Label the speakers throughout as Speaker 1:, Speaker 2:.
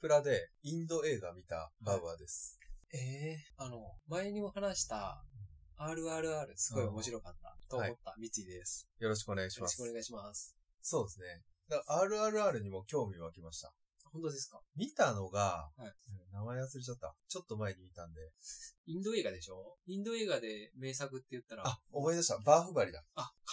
Speaker 1: プラでインド映画見たバウアーです。
Speaker 2: ええあの、前にも話した、RRR、すごい面白かった、と思った三井です。
Speaker 1: よろしくお願いし
Speaker 2: よろ
Speaker 1: ま
Speaker 2: しくお
Speaker 1: す。
Speaker 2: 願いします。
Speaker 1: そうですね。だから RRR にも興味湧きました。
Speaker 2: 本当ですか
Speaker 1: 見たのが、
Speaker 2: はい
Speaker 1: うん名前忘れちゃった。ちょっと前に見たんで。
Speaker 2: インド映画でしょインド映画で名作って言ったら、あ、
Speaker 1: あ、思い出した。バーフバリだ。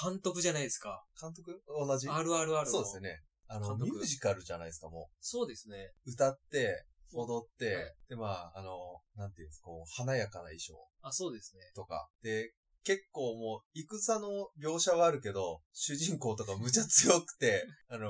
Speaker 2: 監督じゃないですか。
Speaker 1: 監督同じ
Speaker 2: RRR の。
Speaker 1: そうですよ。ね。あの、
Speaker 2: 監
Speaker 1: ミ
Speaker 2: 督
Speaker 1: ュージカルじゃないですか、も
Speaker 2: そうですね。
Speaker 1: う。歌って、踊って、
Speaker 2: はい
Speaker 1: で、まあ、あの、なんていうんですか、こう、華やかな衣装
Speaker 2: あ、そうですね。
Speaker 1: とか。で、結構もう、戦の描写はあるけど、主人公とか無茶強く て、あのー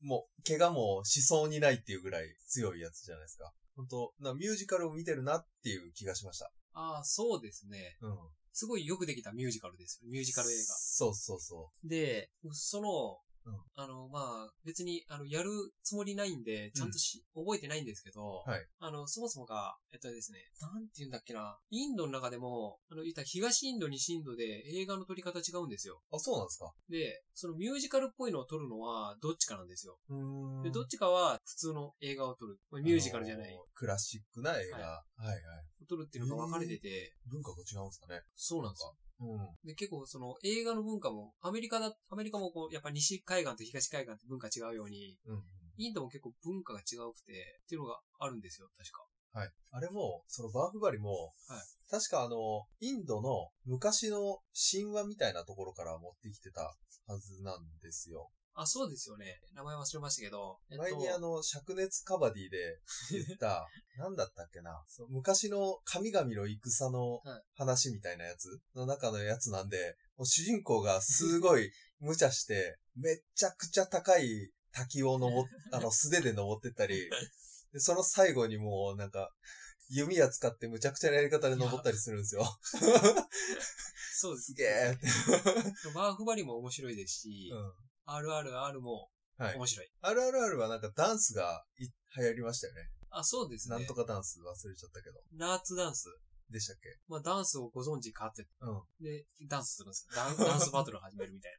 Speaker 1: もう、怪我もしそうにないっていうぐらい強いやつじゃないですか。本当なミュージカルを見てるなっていう気がしました。
Speaker 2: ああ、そうですね。
Speaker 1: うん。ミュ
Speaker 2: すごいよくできたミュージカルですよ。ミュージカル映画。
Speaker 1: そうそうそ
Speaker 2: で、その、
Speaker 1: うん
Speaker 2: あの、まあ、別に、あの、やるつもりないんで、ちゃんとし、覚えてないんですけど、
Speaker 1: はい
Speaker 2: あの、そもそもが、えっとですね、なんて言うんだっけな、インドの中でも、あの、言ったら東インド、西インドで映画の撮り方違うんですよ。
Speaker 1: う。あ、そうなんですか
Speaker 2: で、そのミュージカルっぽいのを撮るのは、どっちかなんですよ。
Speaker 1: うーん
Speaker 2: で、どっちかは、普通の映画を撮る。まあミュージカルじゃない。
Speaker 1: あのークラシックな映画。
Speaker 2: は
Speaker 1: はい、はい、
Speaker 2: 撮るっていうのが分かれてて、
Speaker 1: 文化が違うんですかね。
Speaker 2: そうなんですよ
Speaker 1: うん。
Speaker 2: で、結構その映画の文化も、アメリカだ、アメリカもこう、やっぱ西海岸と東海岸って文化違うように、
Speaker 1: うんうん。
Speaker 2: インドも結構文化が違うくて、っていうのがあるんですよ、確か。
Speaker 1: はい。あれも、そのバーフバリも、
Speaker 2: はい
Speaker 1: 確かあの、インドの昔の神話みたいなところから持ってきてたはずなんですよ。
Speaker 2: あ、そうですよね。名前忘れましたけど。えっと
Speaker 1: 前にあの、灼熱カバディで言 った、なんだったっけな、その昔の神々の戦の
Speaker 2: はい
Speaker 1: 話みたいなやつの中のやつなんで、もう主人公がすご い無茶して、めっちゃくちゃ高い滝を登 っ、あの、素手で登ってったり、で、その最後にもうなんか、弓矢使ってむちゃくちゃなやり方で登ったりするんですよ。
Speaker 2: そうです
Speaker 1: す。げ えって。
Speaker 2: バーフバリも面白いですし、
Speaker 1: うん。
Speaker 2: RRR も
Speaker 1: はい
Speaker 2: 面白い。
Speaker 1: RRR はなんかダンスがい流行りましたよね。
Speaker 2: あ、そうですね。
Speaker 1: なんとかダンス忘れちゃったけど。
Speaker 2: ナーツダンス。
Speaker 1: でしたっけ
Speaker 2: まあ、ダンスをご存知かって。
Speaker 1: うん。
Speaker 2: で、ダンスするんですよ。ダン ダンスバトル始めるみたい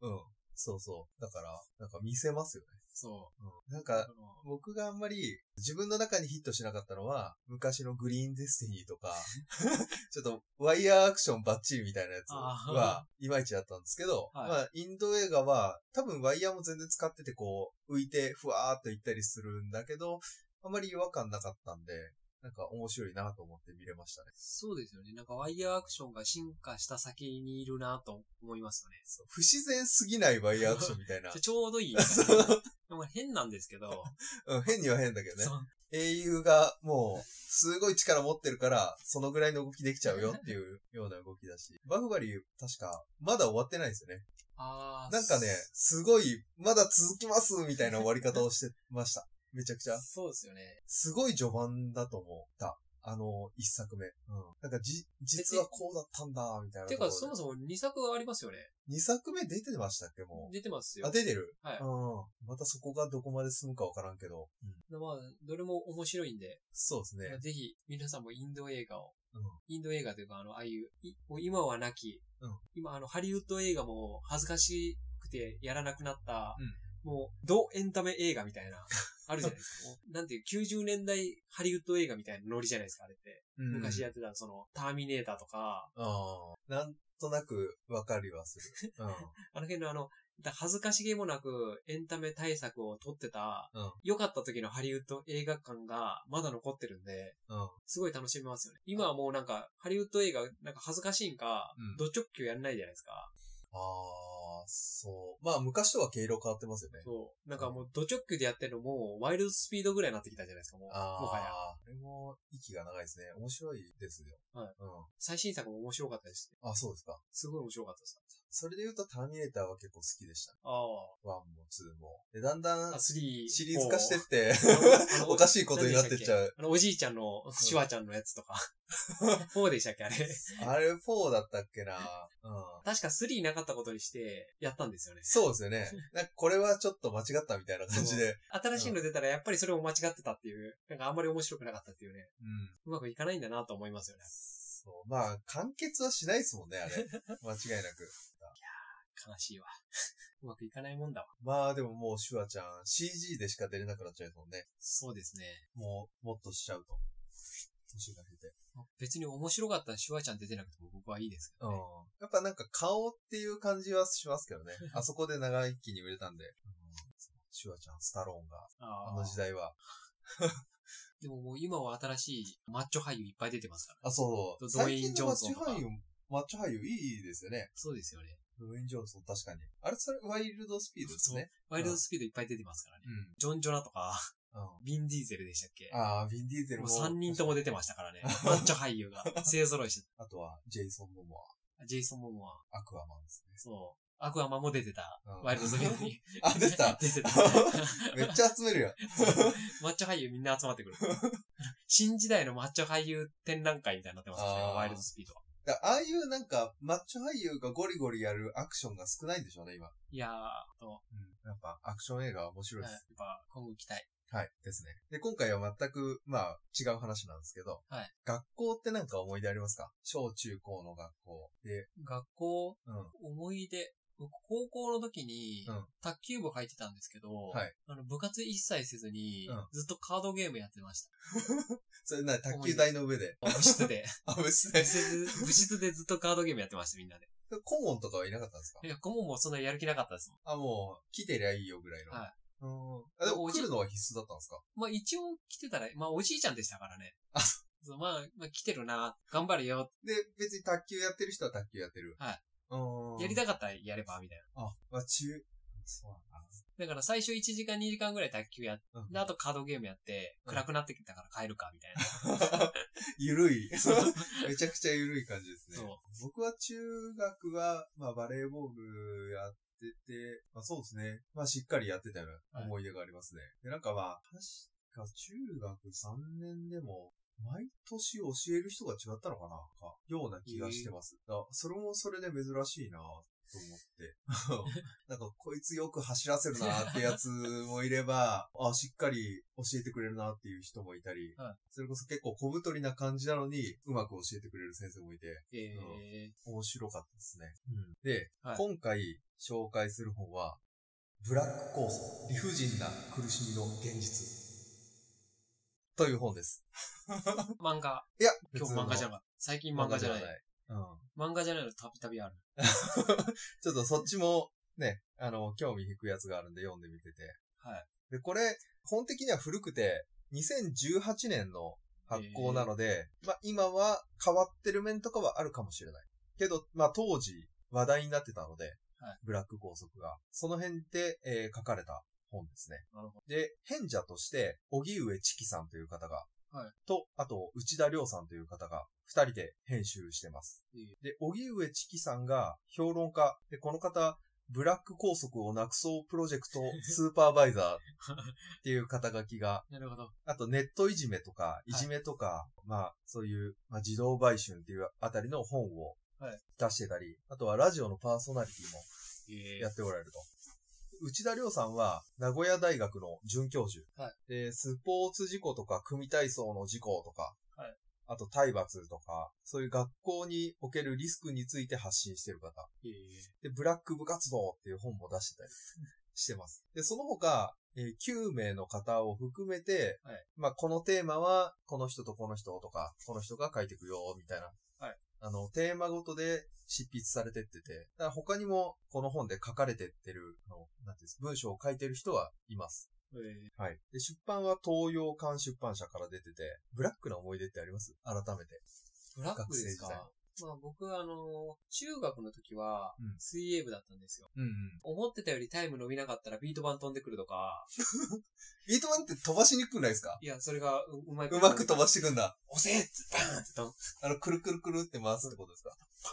Speaker 2: な。
Speaker 1: うん。そうそう。だから、なんか見せますよね。
Speaker 2: そう。
Speaker 1: うん。なん
Speaker 2: あ
Speaker 1: か、
Speaker 2: の
Speaker 1: 僕があんまり自分の中にヒットしなかったのは、昔のグリーンデスティニーと か、 ちょっとワイヤーアクションバッチリみたいなやつは、いまいちだったんですけど、
Speaker 2: はい
Speaker 1: まあ、インド映画は、多分ワイヤーも全然使っててこう、浮いてふわーっと行ったりするんだけど、あんまり違和感なかったんで、なんか面白いなと思って見れましたね。
Speaker 2: そうですよね。なんかワイヤーアクションが進化した先にいるなと思いますよね。
Speaker 1: そう不自然すぎないワイヤーアクションみたいな
Speaker 2: ちょ。ちょうどい い。でも変なんですけど、
Speaker 1: うん、変には変だけどね。
Speaker 2: そう
Speaker 1: 英雄がもう、すごい力持ってるから、そのぐらいの動きできちゃうよっていうような動きだし。 バフバリー、確か、まだ終わってないんですよね。
Speaker 2: あー
Speaker 1: なんかね、すごい、まだ続きますみたいな終わり方をしてました。 めちゃくちゃ。
Speaker 2: そうですよね。
Speaker 1: すごい序盤だと思った。あの、一作目。うん。なんか、じ、実はこうだったんだ、みたいな
Speaker 2: て
Speaker 1: ところ
Speaker 2: か、
Speaker 1: で。
Speaker 2: そもそも2作ありますよね。
Speaker 1: 二作目出てましたっけ、も
Speaker 2: 出てます
Speaker 1: う。あ、
Speaker 2: よ。
Speaker 1: 出てる。
Speaker 2: はい
Speaker 1: うん。またそこがどこまで進むかわからんけど。うん。
Speaker 2: まあ、どれも面白いんで、
Speaker 1: そうですね
Speaker 2: まあ。ぜひ皆さんもインド映画を、
Speaker 1: うん。
Speaker 2: インド映画というか、あの、ああいう、いもう今はなき、
Speaker 1: うん
Speaker 2: 今、あの、ハリウッド映画も恥ずかしくてやらなくなった、
Speaker 1: うん
Speaker 2: もう、ドエンタメ映画み たいな、あるじゃないですか。もうなんていう、90年代ハリウッド映画みたいなノリじゃないですか、あれって。
Speaker 1: うん
Speaker 2: 昔やってた、その、ターミネーターとか、
Speaker 1: ああ、なんとなくわかりはする。うん。
Speaker 2: あの辺のあの、だ恥ずかしげもなくエンタメ対策を取ってた、
Speaker 1: うん
Speaker 2: 良かった時のハリウッド映画館がまだ残ってるんで、
Speaker 1: うん。
Speaker 2: すごい楽しめますよね。今はもうなんか、ハリウッド映画、なんか恥ずかしいんか、
Speaker 1: うん
Speaker 2: ド直球やんないじゃないですか。
Speaker 1: ああ、そう。まあ、昔とは毛色変わってますよね。
Speaker 2: そう。なんかもうド直球でやってるのも、ワイルドスピードぐらいになってきたじゃないですか、もう。も
Speaker 1: ああ、
Speaker 2: はや。
Speaker 1: あれも、息が長いですね。面白いですよ。
Speaker 2: はい。
Speaker 1: う
Speaker 2: 最新作も面白かったですね。
Speaker 1: ん。あ、そうですか。
Speaker 2: すごい面白かったです。
Speaker 1: それで言うと、ターミネーターは結構好きでしたね。
Speaker 2: ああ。
Speaker 1: ワンもツーも。で、だんだ
Speaker 2: あ、
Speaker 1: ん
Speaker 2: 3。
Speaker 1: シリーズ化してっ
Speaker 2: 4
Speaker 1: て、
Speaker 2: あの
Speaker 1: おかしいことになってっちゃう。
Speaker 2: あの、おじいちゃんの、シュワちゃんのやつとか。4でしたっけ、あれ。
Speaker 1: あれ4だったっけな。うん。
Speaker 2: 確か3なかったことにして、やったんですよね。
Speaker 1: そうですよ ね。なんかこれはちょっと間違ったみたいな感じで。
Speaker 2: 新しいの出たらやっぱりそれも間違ってたっていう、なんかあんまり面白くなかったっていうね、
Speaker 1: うん。
Speaker 2: うまくいかないんだなと思いますよね。
Speaker 1: そう。まあ、完結はしないですもんね、あれ。間違いなく。
Speaker 2: 悲しいわ。 うまくいかないもんだわ。
Speaker 1: まあでももうシュワちゃん CG でしか出れなくなっちゃうもんね。
Speaker 2: そうですね。
Speaker 1: もう、もっとしちゃうと。年が経て。
Speaker 2: 別に面白かったらシュワちゃん出てなくても僕はいいですけ
Speaker 1: うん
Speaker 2: どね。。
Speaker 1: やっぱなんか顔っていう感じはしますけどね。あそこで長生きに売れたんで。うんシュワちゃん、スタローンが、
Speaker 2: あ
Speaker 1: あ
Speaker 2: ー
Speaker 1: の時代は。
Speaker 2: でももう今は新しいマッチョ俳優いっぱい出てますから。
Speaker 1: あ、そう。
Speaker 2: ドドウェ
Speaker 1: 最
Speaker 2: イ
Speaker 1: 近
Speaker 2: ンジョ
Speaker 1: のマッ
Speaker 2: ンソ
Speaker 1: チ
Speaker 2: ンとか
Speaker 1: 俳優、マッチ俳優いいですよね。
Speaker 2: そうですよね。
Speaker 1: ドウェイン・ジョンソン、確かに。あれ、それ、ワイルドスピードですね。
Speaker 2: ワイルドスピードいっぱい出てますからね。
Speaker 1: う
Speaker 2: ジョン・ジョナとか、
Speaker 1: ん。うん。
Speaker 2: ビン・ディーゼルでしたっけ
Speaker 1: ああ、ヴィン・ディーゼル
Speaker 2: も
Speaker 1: も。
Speaker 2: う3人とも出てましたからね。 マッチョ俳優が。勢揃いして
Speaker 1: あとは、ジェイソン・モモ
Speaker 2: た。ジェイソン・モモア。
Speaker 1: ア、アクアマンですね。
Speaker 2: そう。アクアマンも出てた。
Speaker 1: うん
Speaker 2: ワイルドスピードに。
Speaker 1: あ、出てた
Speaker 2: 出てた。
Speaker 1: めっちゃ集めるやん。
Speaker 2: マッチョ俳優みんな集まってくる。新時代のマッチョ俳優展覧会みたいになってますね。
Speaker 1: あー
Speaker 2: ワイルドスピードは。
Speaker 1: だああいうなんか、マッチョ俳優がゴリゴリやるアクションが少ないんでしょうね、今。
Speaker 2: いやー、あと、
Speaker 1: うん。やっぱ、アクション映画は面白い
Speaker 2: や
Speaker 1: で
Speaker 2: っ
Speaker 1: す。
Speaker 2: ぱ今後期待。
Speaker 1: はい。ですね。で、今回は全く、まあ、違う話なんですけど。
Speaker 2: はい。
Speaker 1: 学校ってなんか思い出ありますか小中高の学校。で、
Speaker 2: 学校、
Speaker 1: うん。
Speaker 2: 思い出。僕、高校の時に
Speaker 1: うん、
Speaker 2: 卓球部入ってたんですけど、
Speaker 1: はい
Speaker 2: あの部活一切せずに、
Speaker 1: うん
Speaker 2: ずっとカードゲームやってました。
Speaker 1: それな、卓球台の上で。
Speaker 2: 部室で。
Speaker 1: あ、別
Speaker 2: 部
Speaker 1: ね。
Speaker 2: 室部室でずっとカードゲームやってました、みんなで。
Speaker 1: 顧問とかはいなかったんですか
Speaker 2: いや、顧問もそんなやる気なかったですもん。
Speaker 1: あ、もう、来てりゃいいよぐらいの。
Speaker 2: はい
Speaker 1: うん。あ、でも来るのは必須だったんですか
Speaker 2: まあ一応来てたら、まあおじいちゃんでしたからね。そうまあ、まあ来てるな、頑張るよ、
Speaker 1: で、別に卓球やってる人は卓球やってる。
Speaker 2: はい。
Speaker 1: うん。
Speaker 2: やりたかったらやれば、みたいな。
Speaker 1: あ、まあ中、そうなんだ。
Speaker 2: だから最初1時間2時間ぐらい卓球やっ
Speaker 1: うん
Speaker 2: で、あとカードゲームやって、
Speaker 1: うん
Speaker 2: 暗くなってきたから帰るか、みたいな。
Speaker 1: ゆる い。 めちゃくちゃゆるい感じですね。
Speaker 2: そ
Speaker 1: 僕は中学は、まあバレーボールやってて、まあそうですね。まあしっかりやってたような思い出がありますね。で、なんかまあ、確か中学3年でも、毎年教える人が違ったのかなか、ような気がしてます。だからそれもそれで珍しいなと思って。なんか、こいつよく走らせるなってやつもいれ ば、あ、しっかり教えてくれるなっていう人もいたり、
Speaker 2: はい
Speaker 1: それこそ結構小太りな感じなのに、うまく教えてくれる先生もいて、
Speaker 2: う。え
Speaker 1: 面白かったですね。で、
Speaker 2: はい
Speaker 1: 今回紹介する本は、ブラック構想、理不尽な苦しみの現実。という本です。
Speaker 2: 漫画。
Speaker 1: いや、
Speaker 2: 今日漫画じゃな
Speaker 1: ない。
Speaker 2: かった。最近漫画じゃない。
Speaker 1: い。うん。
Speaker 2: 漫画じゃないのたびたびある。
Speaker 1: ちょっとそっちもね、あの、興味引くやつがあるんで読んでみてて。
Speaker 2: はい。
Speaker 1: で、これ、本的には古くて、2018年の発行なので、まあ今は変わってる面とかはあるかもしれない。けど、まあ当時話題になってたので、
Speaker 2: はい
Speaker 1: ブラック拘束が。その辺で、えー書かれた本ですね。
Speaker 2: なるほ
Speaker 1: で、変者として、荻上知己さんという方が、
Speaker 2: はい
Speaker 1: と、あと、内田亮さんという方が、二人で編集してます。
Speaker 2: え
Speaker 1: で、荻上知己さんが評論家。で、この方、ブラック拘束をなくそうプロジェク トスーパーバイザーっていう肩書きが、
Speaker 2: なるほど。
Speaker 1: あとネットいじめとか、いじめとか、まあ、そういう、まあ、自動売春っていうあたりの本を
Speaker 2: はい
Speaker 1: 出してたり、あとはラジオのパーソナリティも
Speaker 2: え
Speaker 1: やっておられると。内田亮さんは、名古屋大学の准教授。
Speaker 2: はい
Speaker 1: で、スポーツ事故とか、組体操の事故とか、
Speaker 2: はい
Speaker 1: あと体罰とか、そういう学校におけるリスクについて発信してる方。
Speaker 2: え
Speaker 1: で、ブラック部活動っていう本も出してたりしてます。で、その他、えー9名の方を含めて、
Speaker 2: はい
Speaker 1: まあ、このテーマは、この人とこの人とか、この人が書いてくよ、みたいな。
Speaker 2: はい
Speaker 1: あの、テーマごとで執筆されてってて、だから他にも、この本で書かれてってる、あの、なんていうんです文章を書いてる人はいます。
Speaker 2: ええ
Speaker 1: はい。で、出版は東洋館出版社から出てて、ブラックな思い出ってあります改めて。
Speaker 2: ブラックです
Speaker 1: 学生時代
Speaker 2: かまあ僕はあの、中学の時は
Speaker 1: うん、
Speaker 2: 水泳部だったんですよ。
Speaker 1: うんうん。
Speaker 2: 思ってたよりタイム伸びなかったらビート板飛んでくるとか、
Speaker 1: ビートマンって飛ばしにくくないですか
Speaker 2: いや、それがううまいこ
Speaker 1: う
Speaker 2: と
Speaker 1: まく飛ばしてくんだ。
Speaker 2: 押せって、バーンってドン、
Speaker 1: あの、くるくるくるって回すってことですか
Speaker 2: バー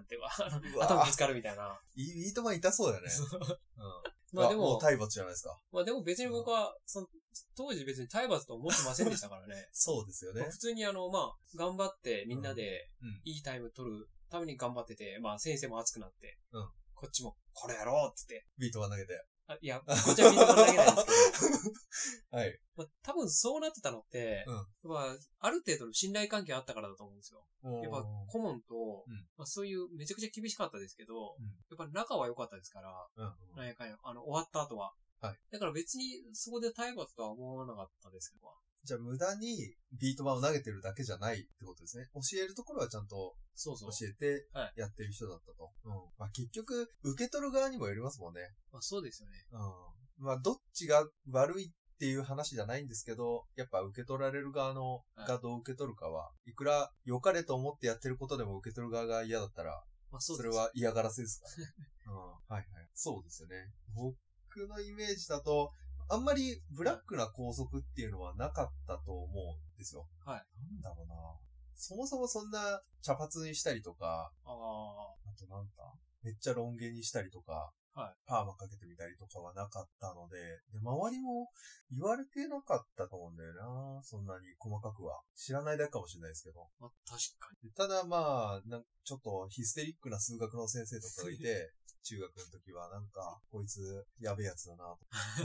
Speaker 2: ンってわ、あ
Speaker 1: う
Speaker 2: の
Speaker 1: わ
Speaker 2: 頭ぶつかるみたいな。
Speaker 1: いいいいとこにいたそうだよね。うん。
Speaker 2: まあでも
Speaker 1: う体罰じゃないですか。。
Speaker 2: まあでも別に僕は、その、当時別に体罰と思ってませんでしたからね
Speaker 1: そうですよ
Speaker 2: まあ
Speaker 1: ね
Speaker 2: 普。通にあの、まあ、頑張ってみんなで
Speaker 1: うん。
Speaker 2: いいタイム取るために頑張ってて、まあ先生も熱くなって、
Speaker 1: うん
Speaker 2: こっちも、これやろうって言って、
Speaker 1: ビートは投げて。
Speaker 2: あい や、こっちは見てもらえないですけど、
Speaker 1: はい。
Speaker 2: まあ、多分そうなってたのって、やっぱある程度の信頼関係あったからだと思うんですよ。
Speaker 1: うん。
Speaker 2: やっぱ顧問と、
Speaker 1: うん
Speaker 2: まあ、そういうめちゃくちゃ厳しかったですけど、
Speaker 1: うん
Speaker 2: やっぱ仲は良かったですから、
Speaker 1: うんうん
Speaker 2: なんやかんや、あの、終わった後は。
Speaker 1: はい
Speaker 2: だから別にそこで体罰とは思わなかったですけど。
Speaker 1: じゃあ無駄にビート板を投げてるだけじゃないってことですね。教えるところはちゃんと
Speaker 2: そうそ
Speaker 1: 教
Speaker 2: う。
Speaker 1: えて
Speaker 2: はい
Speaker 1: やってる人だったと。うん。まあ結局、受け取る側にもよりますもんね。
Speaker 2: まあそうですよね。
Speaker 1: うん。まあどっちが悪いっていう話じゃないんですけど、やっぱ受け取られる側の
Speaker 2: はい
Speaker 1: がどう受け取るかは、いくら良かれと思ってやってることでも受け取る側が嫌だったら、
Speaker 2: まあそう
Speaker 1: そ
Speaker 2: です
Speaker 1: れは嫌がらせです からね。うん。はいはい。そうですよね。僕のイメージだと、あんまりブラックな校則っていうのはなかったと思うんですよ。
Speaker 2: はい。
Speaker 1: なんだろうな。そもそもそんな茶髪にしたりとか、
Speaker 2: ああ、
Speaker 1: あとなんだめっちゃロン毛にしたりとか、
Speaker 2: は
Speaker 1: パーマかけてみたりとかはなかったので、で、周りも言われてなかったと思うんだよな。そんなに細かくは。知らないだけかもしれないですけど。
Speaker 2: まあ確かに。
Speaker 1: でただまあ、なんちょっとヒステリックな数学の先生とかがい て、中学の時はなんか、こいつやべえやつだなと。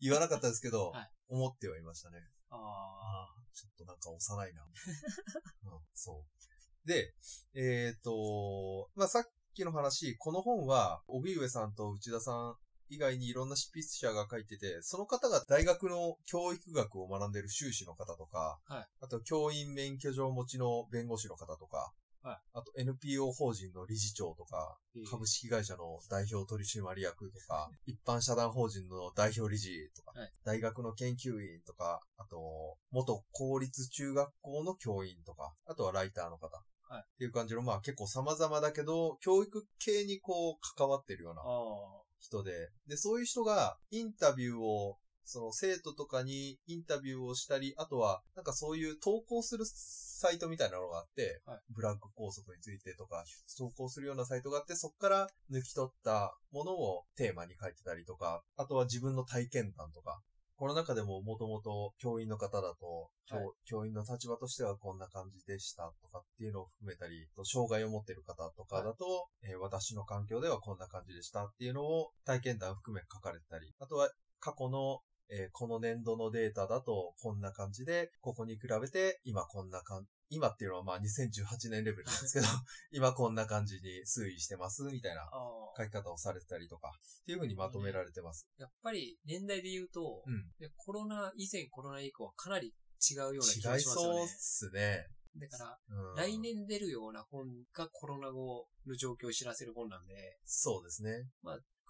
Speaker 1: 言わなかったですけど、
Speaker 2: はい
Speaker 1: 思ってはいましたね。
Speaker 2: ああ、
Speaker 1: ちょっとなんか幼いな。 うん、そう。で、えっ、と、まあ、さっきの話、この本は、帯上さんと内田さん以外にいろんな執筆者が書いてて、その方が大学の教育学を学んでる修士の方とか、
Speaker 2: はい
Speaker 1: あと教員免許状持ちの弁護士の方とか、
Speaker 2: はい
Speaker 1: あと NPO 法人の理事長とか、
Speaker 2: ええ
Speaker 1: 株式会社の代表取締役と か、一般社団法人の代表理事とか、
Speaker 2: はい
Speaker 1: 大学の研究員とか、あと、元公立中学校の教員とか、あとはライターの方。
Speaker 2: はい
Speaker 1: っていう感じの、まあ結構様々だけど、教育系にこう関わってるような
Speaker 2: ああ、
Speaker 1: 人で、で、そういう人がインタビューを、その生徒とかにインタビューをしたり、あとは、なんかそういう投稿するサイトみたいなのがあって、
Speaker 2: はい
Speaker 1: ブラック拘束についてとか、投稿するようなサイトがあって、そこから抜き取ったものをテーマに書いてたりとか、あとは自分の体験談とか、この中でももともと教員の方だと、教
Speaker 2: はい
Speaker 1: 教員の立場としてはこんな感じでしたとかっていうのを含めたり、と障害を持っている方とかだと、えー私の環境ではこんな感じでしたっていうのを体験談含め書かれてたり、あとは過去の、えーこの年度のデータだとこんな感じで、ここに比べて今こんな感じ、今っていうのはまあ2018年レベルなんです けど、今こんな感じに推移してますみたいな
Speaker 2: ああ
Speaker 1: 書。き方をされてたりとか、っていう風にまとめられてます。
Speaker 2: やっぱり年代で言うと、
Speaker 1: うん。
Speaker 2: でコロナ以前コロナ以降はかなり違うような気
Speaker 1: 違
Speaker 2: が
Speaker 1: い
Speaker 2: しますよ
Speaker 1: そう
Speaker 2: ね
Speaker 1: っ。すね。
Speaker 2: だから、
Speaker 1: うん
Speaker 2: 来年出るような本がコロナ後の状況を知らせる本なんで、
Speaker 1: そうですね。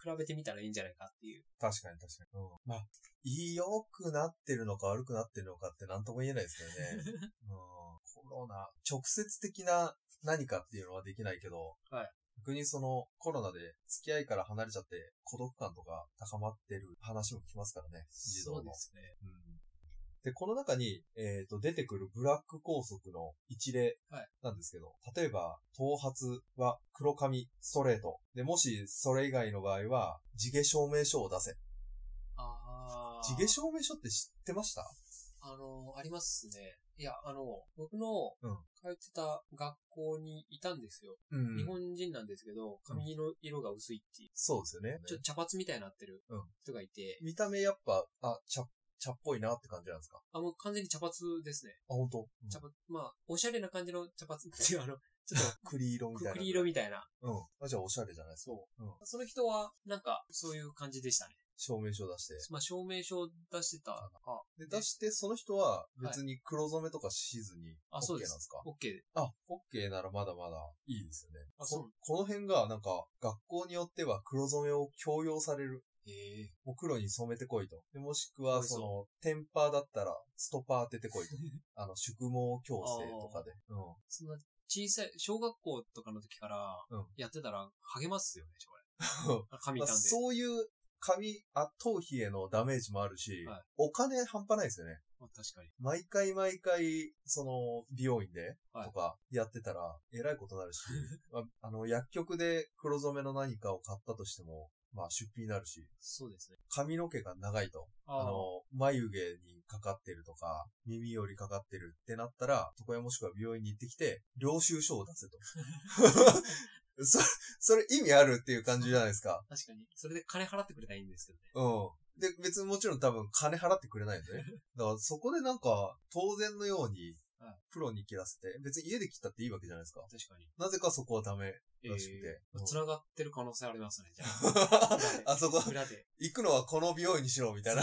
Speaker 2: 比べてみたらいいんじゃないかっていう。
Speaker 1: 確かに確かに。うん、まあ、良くなってるのか悪くなってるのかって何とも言えないですけどね。 うん、コロナ、直接的な何かっていうのはできないけど、
Speaker 2: はい
Speaker 1: 逆にそのコロナで付き合いから離れちゃって孤独感とか高まってる話も聞きますからね、児童
Speaker 2: そうで
Speaker 1: の。
Speaker 2: すね。
Speaker 1: うんで、この中に、えっ、と、出てくるブラック拘束の一例
Speaker 2: はい
Speaker 1: なんですけど、例えば、頭髪は黒髪、ストレート。で、もし、それ以外の場合は、地毛証明書を出せ。
Speaker 2: ああ。
Speaker 1: 地毛証明書って知ってました
Speaker 2: あの、ありますね。いや、あの、僕の
Speaker 1: うん
Speaker 2: 通ってた学校にいたんですよ。
Speaker 1: うん
Speaker 2: 日本人なんですけど、髪の色が薄いっていう、
Speaker 1: そうですよね。
Speaker 2: ちょっと茶髪みたいになってる
Speaker 1: うん
Speaker 2: 人がいて、
Speaker 1: 見た目やっぱ、あ、茶、茶っぽいなって感じなんですかあ、
Speaker 2: あ、もう完全に茶髪ですね。
Speaker 1: 本当、
Speaker 2: 茶髪、まあ、おしゃれな感じの茶髪っていう、あの、ちょ っ
Speaker 1: 栗色
Speaker 2: と
Speaker 1: みたいな。
Speaker 2: 栗色みたいな。
Speaker 1: うん。あじゃあ、おしゃれじゃないですか。う。ん。
Speaker 2: その人は、なんか、そういう感じでしたね。
Speaker 1: 証明書出して。
Speaker 2: まあ、証明書を出してた。あ、
Speaker 1: で、出して、その人は別に黒染めとかしずに、
Speaker 2: あ
Speaker 1: OK
Speaker 2: そうです
Speaker 1: なんですか
Speaker 2: OK で。
Speaker 1: あ、オッケーならまだまだいいですよね。
Speaker 2: あ
Speaker 1: こ
Speaker 2: そう
Speaker 1: この辺がなんか学校によっては黒染めを強要される。
Speaker 2: ええ
Speaker 1: もう黒に染めてこいと。でもしく
Speaker 2: か
Speaker 1: は
Speaker 2: わいそう
Speaker 1: その、テンパーだったらストパー当ててこいと。あの、宿毛矯正とかで。うん。
Speaker 2: そんな、小さい、小学校とかの時から
Speaker 1: うん、
Speaker 2: やってたら、励ますよね、こ
Speaker 1: うん
Speaker 2: れ。髪
Speaker 1: まあ、
Speaker 2: 傷んで。
Speaker 1: そういう髪、あ、頭皮へのダメージもあるし、
Speaker 2: はい
Speaker 1: お金半端ないですよね。
Speaker 2: まあ、確かに。
Speaker 1: 毎回毎回、その、美容院で、
Speaker 2: はい
Speaker 1: とか、やってたら、えらいことにな るし、まあ、あの、薬局で黒染めの何かを買ったとしても、まあ、出費になるし、
Speaker 2: そうですね。
Speaker 1: 髪の毛が長いと、あ
Speaker 2: ああ
Speaker 1: の、眉毛にかかってるとか、耳よりかかってるってなったら、床屋もしくは病院に行ってきて、領収書を出せと。 それ、それ意味あるっていう感じじゃないですか。
Speaker 2: 確かに。それで金払ってくれたらいいんですけどね。
Speaker 1: うん。で、別にもちろん多分金払ってくれないんで ね。だからそこでなんか、当然のように
Speaker 2: はい、
Speaker 1: プロに切らせて、別に家で切ったっていいわけじゃないですか。
Speaker 2: 確かに。
Speaker 1: なぜかそこはダメ
Speaker 2: え
Speaker 1: らしくて。うん
Speaker 2: 繋がってる可能性ありますね、じ ゃあ。
Speaker 1: あそこ、
Speaker 2: 裏で。
Speaker 1: 行くのはこの美容院にしろ、みたい な。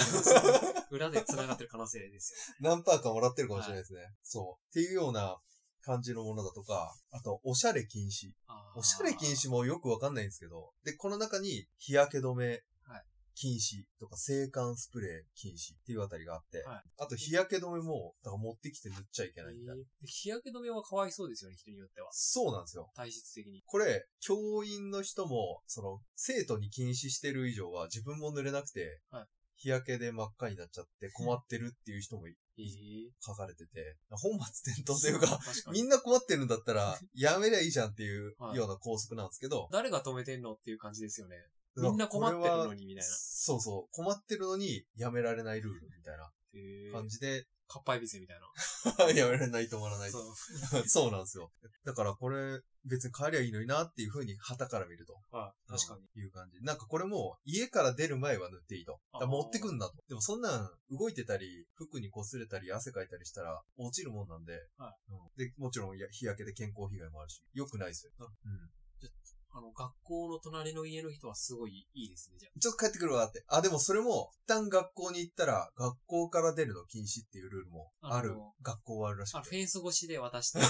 Speaker 2: 裏で繋がってる可能性です
Speaker 1: 何パーかもらってるかもしれないですね。そう。っていうような感じのものだとか、あと、おしゃれ禁止。
Speaker 2: よ。あー
Speaker 1: おしゃれ禁止もよくわかんないんですけど、で、この中に日焼け止め
Speaker 2: はい
Speaker 1: 禁止とか、制汗スプレー禁止っていうあたりがあって、
Speaker 2: はい
Speaker 1: あと日焼け止めも、だから持ってきて塗っちゃいけないみたいな。
Speaker 2: えー日焼け止めはかわいそうですよね、人によっては。
Speaker 1: そうなんですよ。
Speaker 2: 体質的に。
Speaker 1: これ、教員の人も、その、生徒に禁止してる以上は自分も塗れなくて、
Speaker 2: はい
Speaker 1: 日焼けで真っ赤になっちゃ って困ってるっていう人もい
Speaker 2: ええ
Speaker 1: 書かれてて、 本末転倒というか、
Speaker 2: 確か
Speaker 1: み
Speaker 2: に。
Speaker 1: んな困ってるんだった ら、やめりゃいいじゃんっていう
Speaker 2: はい
Speaker 1: ような校則なんですけど、
Speaker 2: 誰が止めてんのっていう感じですよね。みんな困ってるのに、みたい
Speaker 1: そうそう。困ってるのに、やめられないルールみたいな
Speaker 2: な。え
Speaker 1: 感じで、
Speaker 2: ー、かっぱえびせみたいな。
Speaker 1: やめられない止まらない。
Speaker 2: そ
Speaker 1: そううなんですよ。だからこれ、別に帰りゃいいのになっていう風に、旗から見ると。
Speaker 2: はい確かに。
Speaker 1: に。いう感じ。なんかこれも、家から出る前は塗っていいと。だから
Speaker 2: あー
Speaker 1: 持ってくんなと。でもそんなん、動いてたり、服に擦れたり、汗かいたりしたら、落ちるもんなんで。
Speaker 2: は
Speaker 1: うんで、もちろんや日焼けで健康被害もあるし、良くないですよ。うん。
Speaker 2: あの、学校の隣の家の人はすごいいいですね、じゃ
Speaker 1: ちょっと帰ってくるわって。あ、でもそれも、一旦学校に行ったら、学校から出るの禁止っていうルールもあ
Speaker 2: あ
Speaker 1: る
Speaker 2: の
Speaker 1: 学校はあるらし
Speaker 2: あ。あの
Speaker 1: く
Speaker 2: フ
Speaker 1: て。
Speaker 2: ェンス越しで渡 して、シ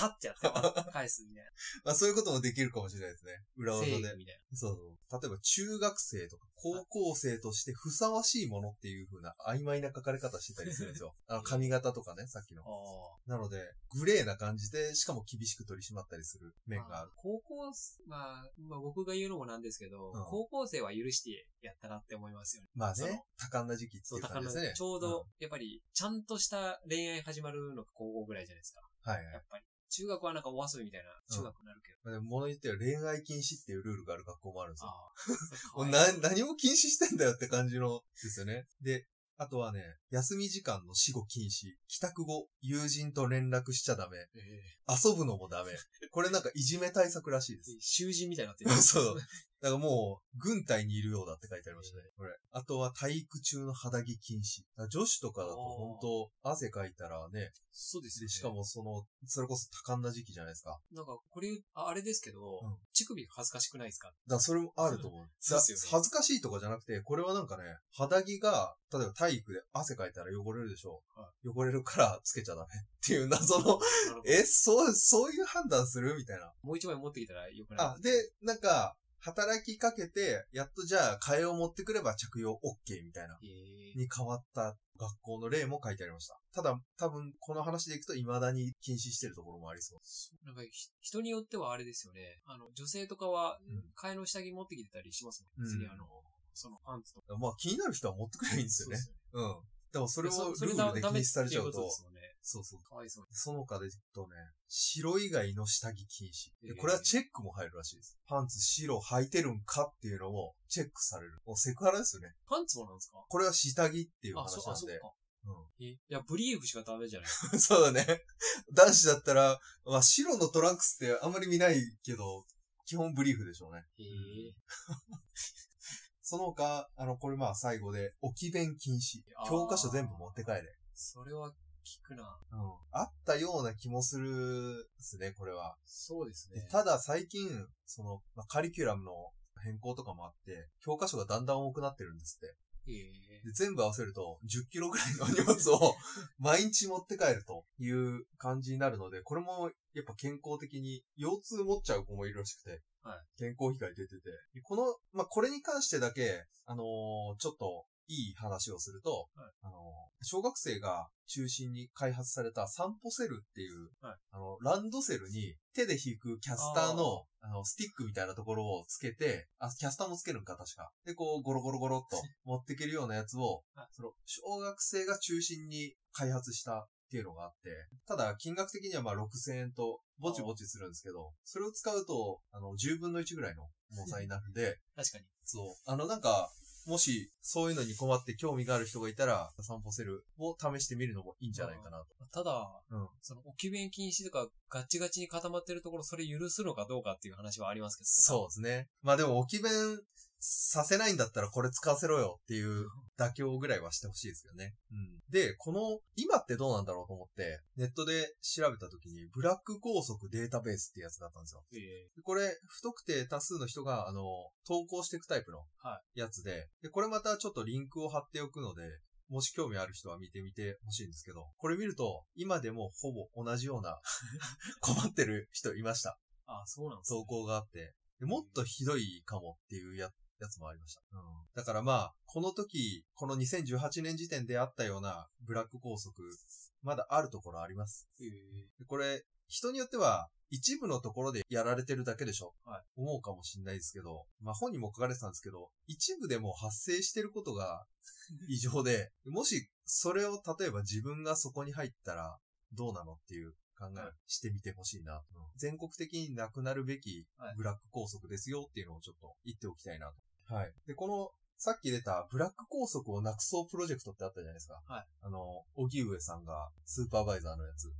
Speaker 2: ャッてやって返すみたい
Speaker 1: まあそういうこともできるかもしれないですね。裏
Speaker 2: な。
Speaker 1: 技で。
Speaker 2: 正義みたい
Speaker 1: そうそう。例えば中学生とか高校生としてふさわしいものっていう風な曖昧な書かれ方してたりするんです よ。あの髪型とかね、さっきの
Speaker 2: な。。あ
Speaker 1: な
Speaker 2: あ。
Speaker 1: ので、グレーな感じで、しかも厳しく取り締まったりする面がある。
Speaker 2: まあ高校す、まあ、まあ僕が言うのもなんですけど、
Speaker 1: うん
Speaker 2: 高校生は許してやったなって思いますよね。
Speaker 1: まあ
Speaker 2: そ
Speaker 1: ね
Speaker 2: の、
Speaker 1: 多感な時期っていう
Speaker 2: だ
Speaker 1: 感
Speaker 2: か
Speaker 1: じ
Speaker 2: ら
Speaker 1: ですね。
Speaker 2: ちょうど、やっぱり、ちゃんとした恋愛始まるのが高校ぐらいじゃないですか。
Speaker 1: うん。はいはい
Speaker 2: やっぱり。中学はなんかお遊びみたいな中学になるけど。
Speaker 1: まあでも。物によっては恋愛禁止っていうルールがある学校もあるんですよ。
Speaker 2: ああ。
Speaker 1: もうな
Speaker 2: かわいそう
Speaker 1: 何も禁止してんだよって感じのですよね。で、あとはね、休み時間の死後禁止、帰宅後、友人と連絡しちゃダメ、
Speaker 2: え
Speaker 1: 遊ぶのもダメ。これなんかいじめ対策らしいで
Speaker 2: え
Speaker 1: す。
Speaker 2: 囚人みたいになってる
Speaker 1: そうだからもう、軍隊にいるようだって書いてありましたね。これ。あとは体育中の肌着禁止。だから女子とかだと本当汗かいたらね、
Speaker 2: そうですよ
Speaker 1: で
Speaker 2: ね。
Speaker 1: しかもその、それこそ多感な時期じゃないですか。
Speaker 2: なんか、これ、ああれですけど、
Speaker 1: うん
Speaker 2: 乳首恥ずかしくないですか
Speaker 1: だからそれもあると思う。
Speaker 2: そうですよね
Speaker 1: だ恥ずかしいとかじゃなくて、これはなんかね、肌着が、例えば体育で汗かいたら汚れるでしょ
Speaker 2: は
Speaker 1: 汚れるからつけちゃダメっていう謎 の、
Speaker 2: なるほど
Speaker 1: え、そう、そういう判断するみたいな。
Speaker 2: もう一枚持ってきたらよくない
Speaker 1: あ、で、なんか、働きかけて、やっとじゃあ替えを持ってくれば着用 OK みたいな。
Speaker 2: ええ
Speaker 1: に変わった学校の例も書いてありました。ただ、多分、この話でいくと未だに禁止してるところもありそう。
Speaker 2: なんかひ、人によってはあれですよね。あの、女性とかは
Speaker 1: うん、
Speaker 2: 替えの下着持ってきてたりします
Speaker 1: う
Speaker 2: もん。
Speaker 1: ん
Speaker 2: 別に、あの、そのパンツとか。
Speaker 1: まあ、気になる人は持ってくればいいんですよね。
Speaker 2: そう
Speaker 1: うん。でも、それを
Speaker 2: でそそ
Speaker 1: ル
Speaker 2: れ
Speaker 1: ー
Speaker 2: だ
Speaker 1: ルで
Speaker 2: ダ
Speaker 1: 禁
Speaker 2: メ
Speaker 1: 止されちゃ
Speaker 2: っていうことで
Speaker 1: と、
Speaker 2: すもんね。
Speaker 1: そうそう。
Speaker 2: かわいそうに。
Speaker 1: その他で言うとね、白以外の下着禁止。でこれはチェックも入るらしいです。パンツ白履いてるんかっていうのもチェックされる。もうセクハラですよね。
Speaker 2: パンツもなんですか
Speaker 1: これは下着っていう
Speaker 2: あ、
Speaker 1: 話
Speaker 2: そう、
Speaker 1: な
Speaker 2: あ、
Speaker 1: ん
Speaker 2: そう
Speaker 1: で。
Speaker 2: か。
Speaker 1: うん
Speaker 2: えいや、ブリーフしかダメじゃないです か。
Speaker 1: そうだね。男子だったら、まあ白のトランクスってあんまり見ないけど、基本ブリーフでしょうね。
Speaker 2: へえ
Speaker 1: その他、あの、これまあ最後で、置き弁禁止
Speaker 2: あ。ー
Speaker 1: 教科書全部持って帰れ。
Speaker 2: それは聞くな。
Speaker 1: うん。あったような気もするですね、これは。
Speaker 2: そうです
Speaker 1: で
Speaker 2: ね。
Speaker 1: ただ最近、その、まあカリキュラムの変更とかもあって、教科書がだんだん多くなってるんですって。
Speaker 2: へえ
Speaker 1: で全部合わせると、10キロぐらいの荷物を 毎日持って帰るという感じになるので、これもやっぱ健康的に腰痛持っちゃう子もいるらしくて、
Speaker 2: はい
Speaker 1: 健康被害出てて、でこの、まあ、これに関してだけ、あのーちょっと、いい話をすると、
Speaker 2: はい
Speaker 1: あのー小学生が中心に開発された散歩セルっていう、
Speaker 2: はい
Speaker 1: あの、ランドセルに手で引くキャスターの、あの、スティックみたいなところをつけて、あ、キャスターもつけるんか、確か。で、こう、ゴロゴロゴロっと 持っていけるようなやつを
Speaker 2: はい、
Speaker 1: その、小学生が中心に開発したっていうのがあって、ただ、金額的にはまあ6000円と、ぼちぼちするんですけど、それを使うと、あの、10分の1ぐらいの重さになるんで、
Speaker 2: 確かに。
Speaker 1: そう。あの、なんか、もし、そういうのに困って興味がある人がいたら、散歩セルを試してみるのもいいんじゃないかなと。
Speaker 2: ただ、
Speaker 1: うん
Speaker 2: その、置き弁禁止とか、ガチガチに固まってるところ、それ許すのかどうかっていう話はありますけどね。
Speaker 1: そうですね。まあでも置き弁させないんだったらこれ使わせろよっていう妥協ぐらいはしてほしいですよね。うん。で、この、今ってどうなんだろうと思って、ネットで調べた時に、ブラック高速データベースってやつがあったんですよ。
Speaker 2: ええ
Speaker 1: でこれ、不特定多数の人が、あの、投稿していくタイプの
Speaker 2: は
Speaker 1: やつで、で、これまたちょっとリンクを貼っておくので、もし興味ある人は見てみてほしいんですけど、これ見ると、今でもほぼ同じよう な困ってる人いました。
Speaker 2: あ、そうなんですね
Speaker 1: 投稿があって、でもっとひどいかもっていうややつもありました。うん、だからまあ、この時、この2018年時点であったようなブラック拘束、まだあるところあります。
Speaker 2: ええ
Speaker 1: でこれ、人によっては、一部のところでやられてるだけでしょ、
Speaker 2: はい
Speaker 1: 思うかもしれないですけど、まあ本にも書かれてたんですけど、一部でも発生してること が異常で、もしそれを例えば自分がそこに入ったらどうなのっていう考えをしてみてほしいな、うん全国的になくなるべき
Speaker 2: はい
Speaker 1: ブラック拘束ですよっていうのをちょっと言っておきたいなと。はい。で、この、さっき出たブラック拘束をなくそうプロジェクトってあったじゃないですか。
Speaker 2: はい。
Speaker 1: あの、荻上さんがスーパーバイザーのやつ。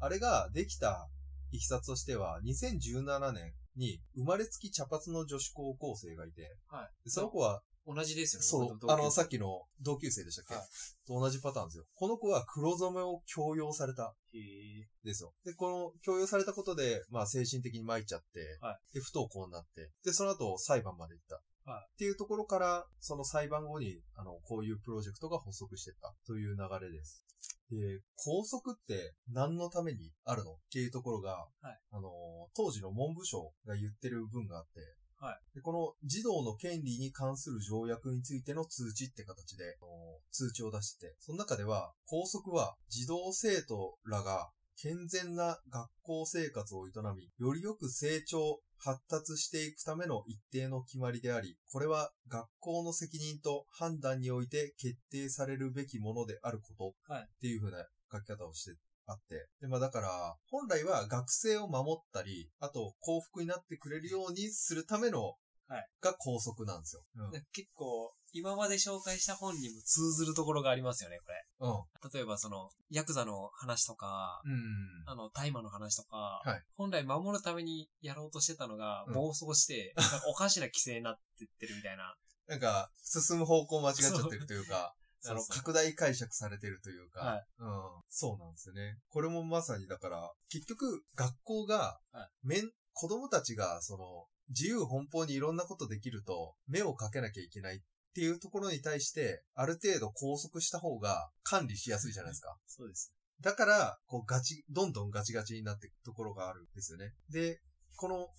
Speaker 1: あれができたいきさつとしては、2017年に生まれつき茶髪の女子高校生がいて、
Speaker 2: はい
Speaker 1: でその子は、
Speaker 2: 同じですよね。
Speaker 1: そう
Speaker 2: 僕、と
Speaker 1: あ
Speaker 2: 同級
Speaker 1: の、
Speaker 2: 生
Speaker 1: さっきの同級生でしたっけ、
Speaker 2: はい
Speaker 1: と同じパターンですよ。この子は黒染めを強要された。
Speaker 2: へえ
Speaker 1: ですよ。で、この、強要されたことで、まあ、精神的に参っちゃって、
Speaker 2: は
Speaker 1: で、不登校になって、で、その後、裁判まで行った。
Speaker 2: はい
Speaker 1: っていうところから、その裁判後に、あの、こういうプロジェクトが発足してったという流れです。で、校則って何のためにあるのっていうところが、
Speaker 2: はい
Speaker 1: あの、当時の文部省が言ってる文があって、
Speaker 2: はい
Speaker 1: でこの児童の権利に関する条約についての通知って形で、あの通知を出してて、その中では、校則は児童生徒らが健全な学校生活を営み、よりよく成長、発達していくための一定の決まりであり、これは学校の責任と判断において決定されるべきものであること、
Speaker 2: はい
Speaker 1: っていう風な書き方をしてあって。で、まあだから、本来は学生を守ったり、あと幸福になってくれるようにするための、
Speaker 2: はい
Speaker 1: が校則なんですよ。うん。
Speaker 2: なんか結構、今まで紹介した本にも通ずるところがありますよね、これ。
Speaker 1: うん。
Speaker 2: 例えばその、ヤクザの話とか、
Speaker 1: うん
Speaker 2: あの、大麻の話とか、
Speaker 1: はい
Speaker 2: 本来守るためにやろうとしてたのが、
Speaker 1: うん
Speaker 2: 暴走して、なんかおかしな規制になってってるみたいな。
Speaker 1: なんか、進む方向間違っちゃってるというか、あ
Speaker 2: そ う
Speaker 1: の、
Speaker 2: そう
Speaker 1: 拡大解釈されてるというか、
Speaker 2: はい
Speaker 1: うん、そうなんですよね。これもまさにだから、結局、学校が、
Speaker 2: は
Speaker 1: めん子供たちが、その、自由奔放にいろんなことできると、目をかけなきゃいけないっていうところに対して、ある程度拘束した方が管理しやすいじゃないですか。
Speaker 2: そうです。
Speaker 1: だから、こうガチ、どんどんガチガチになっていくところがあるんですよね。で、この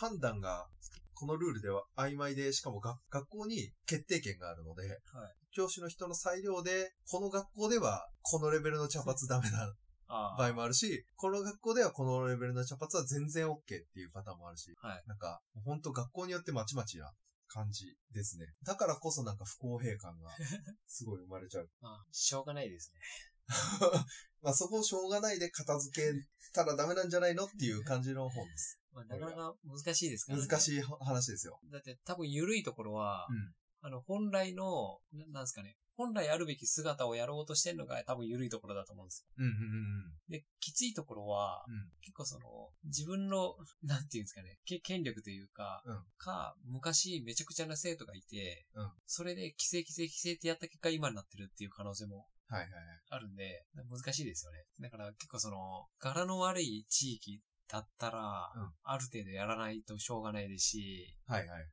Speaker 1: 判断が、このルールでは曖昧で、しかもが学校に決定権があるので、教師の人の裁量で、この学校ではこのレベルの茶髪ダメな
Speaker 2: ああ。
Speaker 1: 場合もあるし、この学校ではこのレベルの茶髪は全然 OK っていうパターンもあるし、
Speaker 2: はい
Speaker 1: なんか、ほんと学校によってまちまちな感じですね。だからこそなんか不公平感 がすごい生まれちゃう。
Speaker 2: まあ、しょうがないですね。
Speaker 1: まあそこをしょうがないで片付けたらダメなんじゃないのっていう感じの本です。
Speaker 2: まあ、なかなか難しいですから、ね。
Speaker 1: 難しい話ですよ。
Speaker 2: だって多分緩いところは、
Speaker 1: うん
Speaker 2: あの、本来の、ななんですかね、本来あるべき姿をやろうとしてるのが多分緩いところだと思うんです
Speaker 1: うんうん
Speaker 2: よ。で、きついところは、
Speaker 1: うん
Speaker 2: 結構その、自分の、なんていうんですかね、け権力というか、
Speaker 1: うん
Speaker 2: か、昔めちゃくちゃな生徒がいて、
Speaker 1: うん
Speaker 2: それで規制規制規制ってやった結果今になってるっていう可能性も
Speaker 1: うん。はいはいはい。
Speaker 2: あるんで、難しいですよね。だから結構その、柄の悪い地域だったら、
Speaker 1: うん
Speaker 2: ある程度やらないとしょうがないですし、
Speaker 1: はいはい。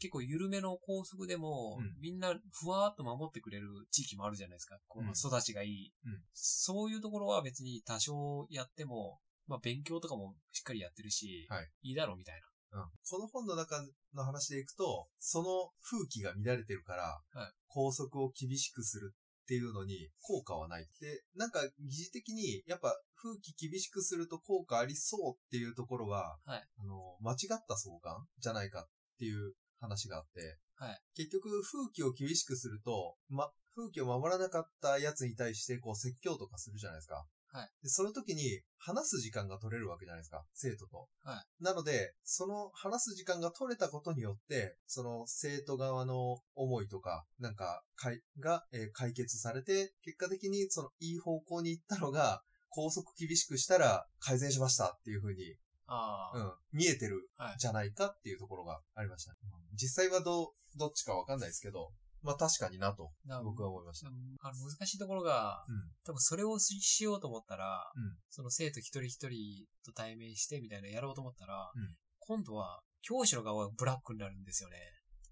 Speaker 2: 結構緩めの高速でも、
Speaker 1: うん
Speaker 2: みんなふわーっと守ってくれる地域もあるじゃないですか。こう
Speaker 1: うん
Speaker 2: 育ちがいい、
Speaker 1: うん
Speaker 2: そういうところは別に多少やっても、まあ勉強とかもしっかりやってるし、、
Speaker 1: はい
Speaker 2: いだろうみたい
Speaker 1: うん、この本の中の話でいくと、その風紀が乱れてるから、
Speaker 2: はい
Speaker 1: 拘束を厳しくするっていうのに効果はない。で、なんか疑似的に、やっぱ風紀厳しくすると効果ありそうっていうところは、
Speaker 2: はい
Speaker 1: あの、間違った相関じゃないかっていう話があって、
Speaker 2: はい
Speaker 1: 結局風紀を厳しくすると、ま、風紀を守らなかったやつに対してこう説教とかするじゃないですか。
Speaker 2: はい
Speaker 1: で、その時に話す時間が取れるわけじゃないですか、生徒と。
Speaker 2: は
Speaker 1: なので、その話す時間が取れたことによって、その生徒側の思いとか、なんか、かいが、えー解決されて、結果的にそのいい方向に行ったのが、高速厳しくしたら改善しましたっていう風に、
Speaker 2: あ
Speaker 1: う
Speaker 2: あ、
Speaker 1: ん、見えてる
Speaker 2: はい
Speaker 1: じゃないかっていうところがありました、ね実際はどう、どっちかわかんないですけど、まあ確かになと、
Speaker 2: な
Speaker 1: 僕は思いました。
Speaker 2: あの難しいところが、
Speaker 1: うん
Speaker 2: 多分それをししようと思ったら、
Speaker 1: うん
Speaker 2: その生徒一人一人と対面してみたいなやろうと思ったら、
Speaker 1: うん
Speaker 2: 今度は教師の側がブラックになるんです よね。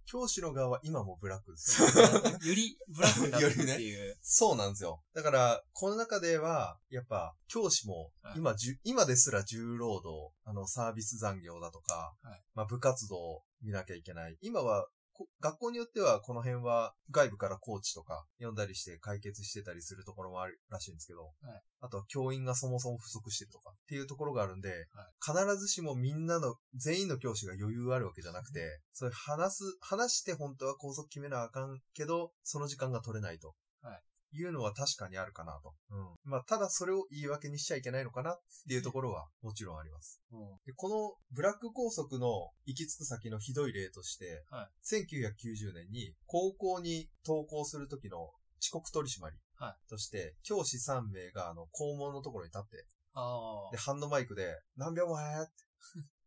Speaker 1: 教師の側は今もブラック です。
Speaker 2: よりブラックになってるっていう。
Speaker 1: そうなんですよ。だから、この中では、やっぱ、教師も
Speaker 2: はい、
Speaker 1: 今、じゅ今ですら重労働、あの、サービス残業だとか、
Speaker 2: はい
Speaker 1: まあ、部活動を見なきゃいけない。今は、こ学校によっては、この辺は、外部からコーチとか、呼んだりして解決してたりするところもあるらしいんですけど、
Speaker 2: はい
Speaker 1: あとは教員がそもそも不足してるとか、っていうところがあるんで、必ずしもみんなの、全員の教師が余裕あるわけじゃなくて、それ話す、話して本当は校則決めなあかんけど、その時間が取れないと。。
Speaker 2: はい
Speaker 1: いうのは確かにあるかなと。うん。まあ、ただそれを言い訳にしちゃいけないのかなっていうところ はもちろんあります。
Speaker 2: うん
Speaker 1: でこのブラック校則の行き着く先のひどい例として、
Speaker 2: は
Speaker 1: 1990年に高校に登校する時の遅刻取り締まり
Speaker 2: は
Speaker 1: として、教師3名があの校門のところに立って、
Speaker 2: あ
Speaker 1: で、ハンドマイクで、何秒前って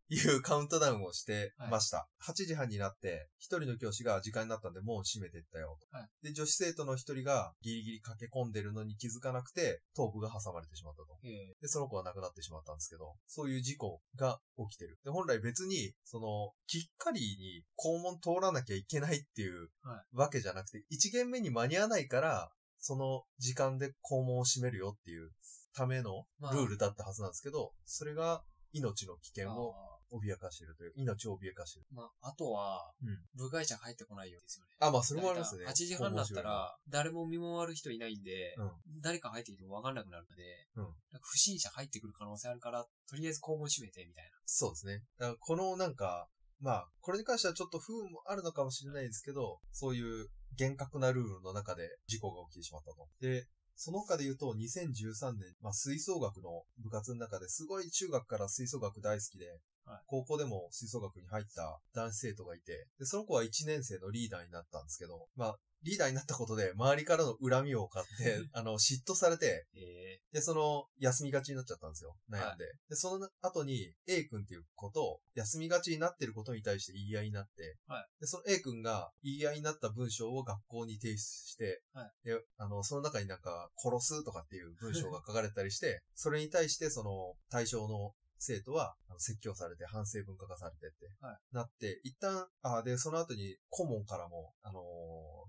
Speaker 1: いう カウントダウンをしてました。8時半になって、一人の教師が時間になったんで、もう閉めてったよと、
Speaker 2: は
Speaker 1: で、女子生徒の一人がギリギリ駆け込んでるのに気づかなくて、頭部が挟まれてしまったと。
Speaker 2: あ、え
Speaker 1: で、その子は亡くなってしまったんですけど、そういう事故が起きてる。で、本来別に、その、きっかりに校門通らなきゃいけないっていう
Speaker 2: は
Speaker 1: わけじゃなくて、一限目に間に合わないから、その時間で校門を閉めるよっていうための
Speaker 2: まあ
Speaker 1: ルールだったはずなんですけど、それが命の危
Speaker 2: え
Speaker 1: 険を脅かしているという、命を脅かしている。
Speaker 2: まあ、あとは、
Speaker 1: うん
Speaker 2: 部外者入ってこないようですよね。
Speaker 1: あ、まあ、それもありますね。
Speaker 2: 8時半だった
Speaker 1: 校門閉めるの、
Speaker 2: ら、誰も見回る人いないんで、
Speaker 1: うん
Speaker 2: 誰か入ってきても分かんなくなるので、
Speaker 1: うん
Speaker 2: なんか不審者入ってくる可能性あるから、とりあえず校門閉めて、みたい
Speaker 1: そうですね。だからこのなんか、まあ、これに関してはちょっと不運もあるのかもしれないですけど、そういう厳格なルールの中で事故が起きてしまったと。で、その他で言うと、2013年、まあ、吹奏楽の部活の中ですごい中学から吹奏楽大好きで、
Speaker 2: はい
Speaker 1: 高校でも吹奏楽に入った男子生徒がいて、で、その子は1年生のリーダーになったんですけど、まあ、リーダーになったことで周りからの恨みを買って、 あの、嫉妬されて、
Speaker 2: な。え
Speaker 1: で、その、休みがちになっちゃったんですよ。悩んで。で、その後に、A 君っていう子と、休みがちになってることに対して言い合いになって、
Speaker 2: はい
Speaker 1: で、その A 君が言い合いになった文章を学校に提出して、
Speaker 2: はい
Speaker 1: で、あの、その中になんか、殺すとかっていう文章が書かれたりして、 それに対して、その、対象の生徒は、あの説教されて、反省文化化されてって、
Speaker 2: は
Speaker 1: なって、一旦、あで、その後に、顧問からも、あのー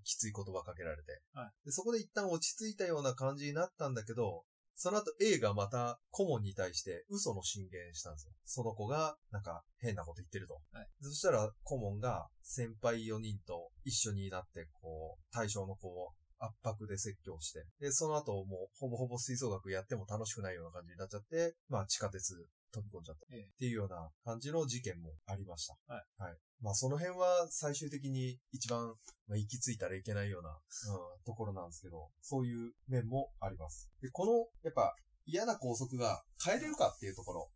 Speaker 1: きつい言葉かけられて、
Speaker 2: は
Speaker 1: で、そこで一旦落ち着いたような感じになったんだけど、その後 A がまた顧問に対して嘘の進言したんですよ。その子がなんか変なこと言ってると。
Speaker 2: はい
Speaker 1: そしたら顧問が先輩4人と一緒になってこう対象の子を圧迫で説教して、で、その後もうほぼほぼ吹奏楽やっても楽しくないような感じになっちゃって、まあ地下鉄飛び込んじゃった。
Speaker 2: ええ
Speaker 1: っていうような感じの事件もありました。。
Speaker 2: はい
Speaker 1: まあその辺は最終的に一番、まあ、行き着いたらいけないような、うん、ところなんですけど、そういう面もあります。で、この、やっぱ嫌な校則が変えれるかっていうところ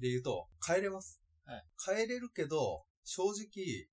Speaker 1: で言うと、変えれます。
Speaker 2: はい
Speaker 1: 変えれるけど、正直、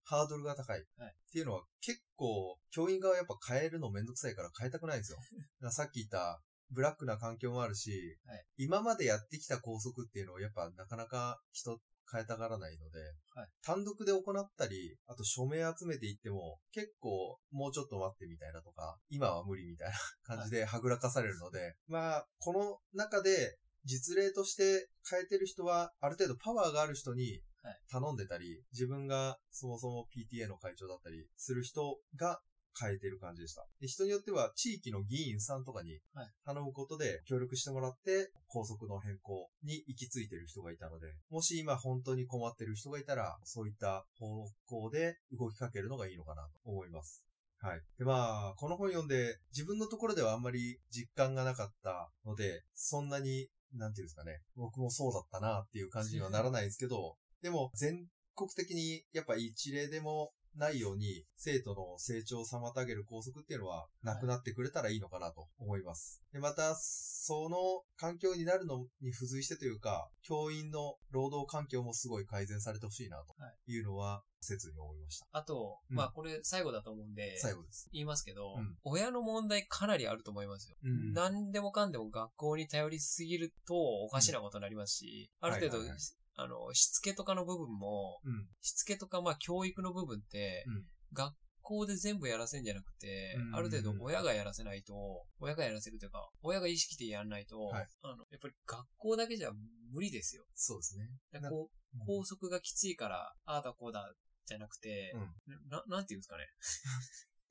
Speaker 1: ハードルが高い。
Speaker 2: はい
Speaker 1: っていうのは結構、教員側やっぱ変えるのめんどくさいから変えたくないんですよ。 だからさっき言った、ブラックな環境もあるし、
Speaker 2: はい
Speaker 1: 今までやってきた校則っていうのをやっぱなかなか人変えたがらないので、
Speaker 2: はい
Speaker 1: 単独で行ったり、あと署名集めていっても、結構もうちょっと待ってみたいなとか、今は無理みたいな感じではぐらかされるので、まあ、この中で実例として変えてる人は、ある程度パワーがある人に
Speaker 2: はい
Speaker 1: 頼んでたり、自分がそもそも PTA の会長だったりする人が変えてる感じでした。で人によっては地域の議員さんとかに
Speaker 2: はい
Speaker 1: 頼むことで協力してもらって、校則の変更に行き着いてる人がいたので、もし今本当に困ってる人がいたら、そういった方向で動きかけるのがいいのかなと思います。はい。で、まあ、この本読んで、自分のところではあんまり実感がなかったので、そんなに、なんていうんですかね、僕もそうだったなっていう感じにはならないですけど、でも、全国的にやっぱ一例でもないように、生徒の成長を妨げる校則っていうのは、なくなってくれたらいいのかなと思います。で、また、その環境になるのに付随してというか、教員の労働環境もすごい改善されてほしいな、というのは、切に思いました。
Speaker 2: あと、
Speaker 1: うん
Speaker 2: まあこれ最後だと思うんで、
Speaker 1: 最後です。
Speaker 2: 言いますけど、
Speaker 1: うん
Speaker 2: 親の問題かなりあると思いますよ。
Speaker 1: うん
Speaker 2: 何でもかんでも学校に頼りすぎるとおかしなことになりますし、
Speaker 1: ん
Speaker 2: ある程
Speaker 1: はい
Speaker 2: 度
Speaker 1: はいはい、
Speaker 2: あの、しつけとかの部分も、
Speaker 1: うん。
Speaker 2: しつけとかまあ教育の部分って、
Speaker 1: うん
Speaker 2: 学校で全部やらせんじゃなくて、
Speaker 1: うん
Speaker 2: ある程度親がやらせないと、親がやらせるというか、親が意識でやんないと、
Speaker 1: はい
Speaker 2: あの、やっぱり学校だけじゃ無理ですよ。
Speaker 1: そうですね。
Speaker 2: だ
Speaker 1: な
Speaker 2: こう校則がきついから、ああだこうだ、じゃなくて、
Speaker 1: うん
Speaker 2: な、なんていうんですかね。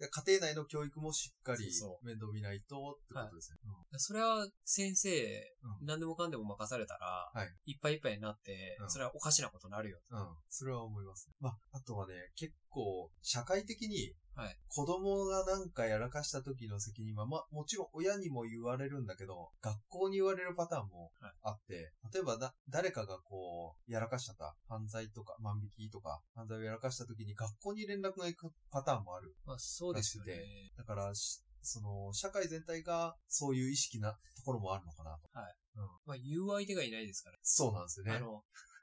Speaker 1: 家庭内の教育もしっかり
Speaker 2: そうそ
Speaker 1: 面倒見ないと、ってことですね。
Speaker 2: それは先生、
Speaker 1: うん
Speaker 2: 何でもかんでも任されたら、、
Speaker 1: はい
Speaker 2: っぱいいっぱいになって、
Speaker 1: うん
Speaker 2: それはおかしなことになるよ。
Speaker 1: うん。それは思います、ね。まあ、あとはね、結構、社会的に
Speaker 2: はい、
Speaker 1: 子供がなんかやらかした時の責任は、まあ、もちろん親にも言われるんだけど、学校に言われるパターンも
Speaker 2: はい
Speaker 1: あって、例えばだ、誰かがこう、やらかしちゃった、犯罪とか、万引きとか、犯罪をやらかした時に学校に連絡が行くパターンもある。
Speaker 2: まあそうですよね。
Speaker 1: だから、しその、社会全体がそういう意識なところもあるのかなと。
Speaker 2: まあ言う相手がいないですから
Speaker 1: そうなんですよ
Speaker 2: ね。あ
Speaker 1: ね。
Speaker 2: の、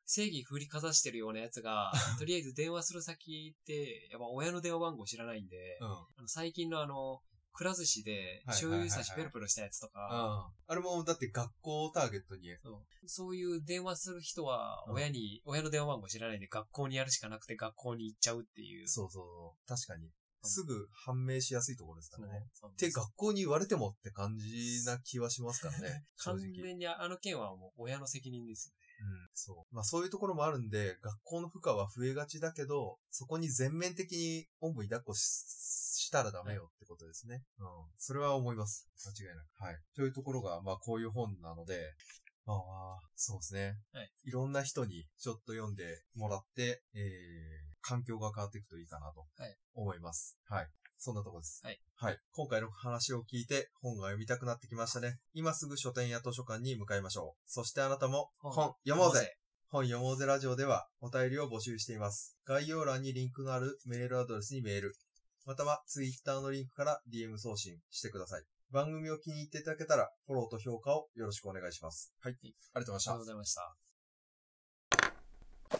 Speaker 2: 正義振りかざしてるようなや つが、とりあえず電話する先って、やっぱ親の電話番号知らないんで、
Speaker 1: うん。
Speaker 2: あの最近のあの、くら寿司で、
Speaker 1: はいはいはい
Speaker 2: 醤
Speaker 1: はい
Speaker 2: 油差しペロペロしたやつとか、
Speaker 1: あれも、だって学校をターゲットに、
Speaker 2: そうそういう電話する人は、
Speaker 1: うん
Speaker 2: 親に、親の電話番号知らないんで、学校にやるしかなくて学校に行っちゃうっていう。
Speaker 1: そうそうそう。確かに。すぐ判明しやすいところですからね。
Speaker 2: そうなん
Speaker 1: て、
Speaker 2: です
Speaker 1: 学校に言われてもって感じな気はしますから ね。正
Speaker 2: 完
Speaker 1: 直。うん。
Speaker 2: 全にあの件はもう親の責任です
Speaker 1: そう。まあそういうところもあるんで、学校の負荷は増えがちだけど、そこに全面的におんぶに抱っこししたらダメよってことですね。うん。それは思います。間違いなく。はい。というところが、まあこういう本なので、まあ、そうですね。
Speaker 2: はい。
Speaker 1: いろんな人にちょっと読んでもらって、えー、環境が変わっていくといいかなと
Speaker 2: はい
Speaker 1: 思います。はい。そんなとこです。
Speaker 2: はい。
Speaker 1: はい。今回の話を聞いて本が読みたくなってきましたね。今すぐ書店や図書館に向かいましょう。そしてあなたも
Speaker 2: 本
Speaker 1: 本読もう
Speaker 2: 読もう
Speaker 1: ぜ本読もうぜラジオではお便りを募集しています。概要欄にリンクのあるメールアドレスにメール、または Twitter のリンクから DM 送信してください。番組を気に入っていただけたら、フォローと評価をよろしくお願いします。はい。ありがとうございまし
Speaker 2: ありが
Speaker 1: た
Speaker 2: とうご。ざいました。